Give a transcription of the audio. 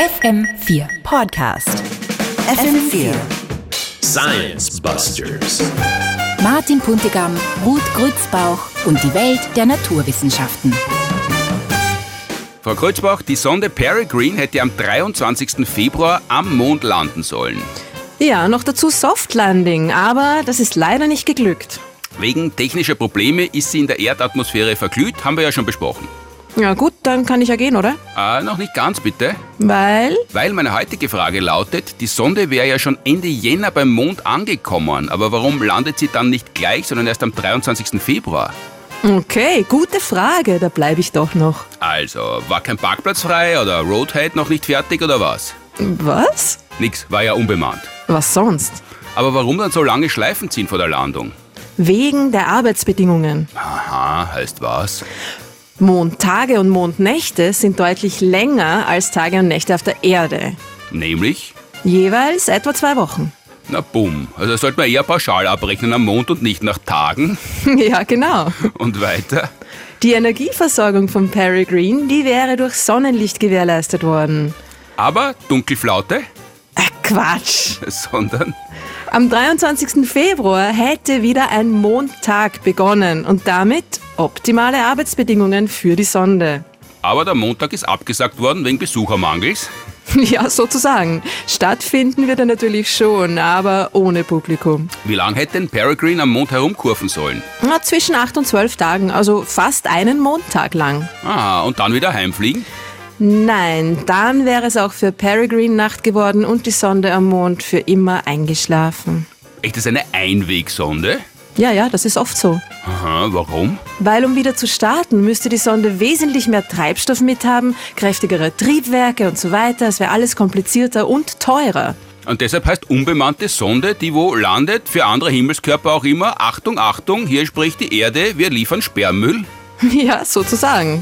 FM4 Podcast. FM4. Science Busters. Martin Puntigam, Ruth Grützbauch und die Welt der Naturwissenschaften. Frau Kreuzbach, die Sonde Peregrine hätte am 23. Februar am Mond landen sollen. Ja, noch dazu Soft Landing, aber das ist leider nicht geglückt. Wegen technischer Probleme ist sie in der Erdatmosphäre verglüht, haben wir ja schon besprochen. Ja gut, dann kann ich ja gehen, oder? Äh, noch nicht ganz bitte, Weil? weil meine heutige Frage lautet, die Sonde wäre ja schon Ende Jänner beim Mond angekommen, aber warum landet sie dann nicht gleich, sondern erst am 23. Februar? Okay, gute Frage, da bleibe ich doch noch. Also, war kein Parkplatz frei oder Roadhead noch nicht fertig oder was? Was? Nix, war ja unbemannt. Was sonst? Aber warum dann so lange Schleifen ziehen vor der Landung? Wegen der Arbeitsbedingungen. Aha, heißt was? Mondtage und Mondnächte sind deutlich länger als Tage und Nächte auf der Erde. Nämlich? Jeweils etwa zwei Wochen. Na bumm, also sollte man eher pauschal abrechnen am Mond und nicht nach Tagen. ja, genau. Und weiter? Die Energieversorgung von Peregrine, die wäre durch Sonnenlicht gewährleistet worden. Aber Dunkelflaute, Äh, Quatsch. sondern Am 23. Februar hätte wieder ein Montag begonnen und damit optimale Arbeitsbedingungen für die Sonde. Aber der Montag ist abgesagt worden wegen Besuchermangels. Ja, sozusagen. Stattfinden wird er natürlich schon, aber ohne Publikum. Wie lange hätte denn Peregrine am Mond herumkurven sollen? Na, zwischen 8 und 12 Tagen, also fast einen Montag lang. Aha, und dann wieder heimfliegen? Nein, dann wäre es auch für Peregrine Nacht geworden und die Sonde am Mond für immer eingeschlafen. Echt, das ist eine Einwegsonde? Ja, ja, das ist oft so. Aha, warum? Weil um wieder zu starten, müsste die Sonde wesentlich mehr Treibstoff mithaben, kräftigere Triebwerke und so weiter. Es wäre alles komplizierter und teurer. Und deshalb heißt unbemannte Sonde, die wo landet, für andere Himmelskörper auch immer, Achtung, Achtung, hier spricht die Erde, wir liefern Sperrmüll. Ja, sozusagen.